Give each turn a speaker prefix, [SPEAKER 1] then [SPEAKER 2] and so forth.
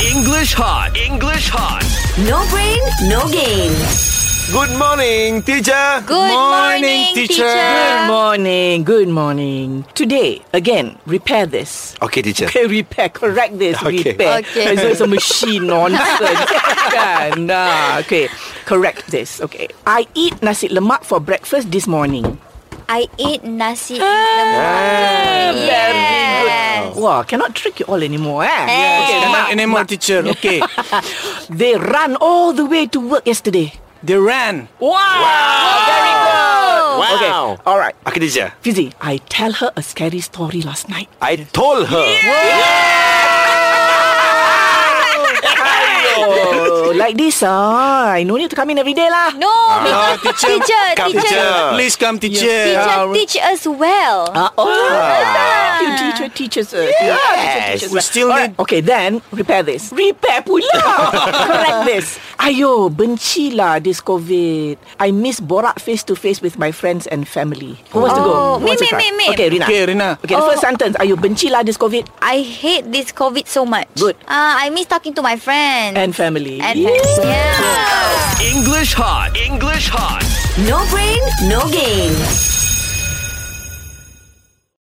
[SPEAKER 1] English hot. English hot.
[SPEAKER 2] No brain, no game.
[SPEAKER 3] Good morning, teacher.
[SPEAKER 2] Good morning, teacher.
[SPEAKER 4] Good morning. Good morning. Today, again, repair this.
[SPEAKER 3] Okay, teacher.
[SPEAKER 4] Okay, repair. Correct this.
[SPEAKER 3] Okay.
[SPEAKER 4] Repair.
[SPEAKER 2] Okay.
[SPEAKER 4] As though it's a machine nonsense. kan? Nah, okay. Correct this. Okay. I eat nasi lemak for breakfast this morning.
[SPEAKER 2] I ate nasi lemak. Yes.
[SPEAKER 4] Wow, cannot trick you all anymore, eh?
[SPEAKER 2] Hey.
[SPEAKER 4] Okay,
[SPEAKER 5] Cannot
[SPEAKER 4] lemak.
[SPEAKER 5] anymore, teacher. Okay.
[SPEAKER 4] They ran all the way to work yesterday.
[SPEAKER 5] they ran.
[SPEAKER 4] Wow! Very good.
[SPEAKER 3] Wow.
[SPEAKER 4] Okay. All right.
[SPEAKER 3] Okay, teacher.
[SPEAKER 4] Fizi, I tell her a scary story last night.
[SPEAKER 3] I told her.
[SPEAKER 4] Oh, like this ah. I no need to come in every day lah.
[SPEAKER 2] No,
[SPEAKER 5] Ah,
[SPEAKER 2] because
[SPEAKER 5] teacher.
[SPEAKER 2] teacher,
[SPEAKER 3] Come,
[SPEAKER 2] teacher,
[SPEAKER 3] teacher.
[SPEAKER 5] Please come, teacher.
[SPEAKER 2] teacher,
[SPEAKER 5] Uh,
[SPEAKER 2] teach us well.
[SPEAKER 4] Ah, oh, thank you teacher teachers. Uh, yes. teacher, teachers.
[SPEAKER 5] We still
[SPEAKER 4] Alright,
[SPEAKER 5] need-
[SPEAKER 4] Okay, then repair this. Repair pula. Correct this. Ayo, bencilah this COVID. I miss borak face to face with my friends and family. Who wants to go?
[SPEAKER 2] Oh,
[SPEAKER 4] Who wants
[SPEAKER 2] me, me,
[SPEAKER 4] to try?
[SPEAKER 2] me, me.
[SPEAKER 4] Okay, Rina.
[SPEAKER 5] Okay, Rina.
[SPEAKER 4] Okay, the first sentence. Ayo, bencilah this COVID
[SPEAKER 2] I hate this COVID so much.
[SPEAKER 4] Good.
[SPEAKER 2] Ah, I miss talking to my friends.
[SPEAKER 4] and family.
[SPEAKER 2] and
[SPEAKER 4] Yes.
[SPEAKER 2] yeah.
[SPEAKER 1] English hot. English hot.
[SPEAKER 2] No brain, no game.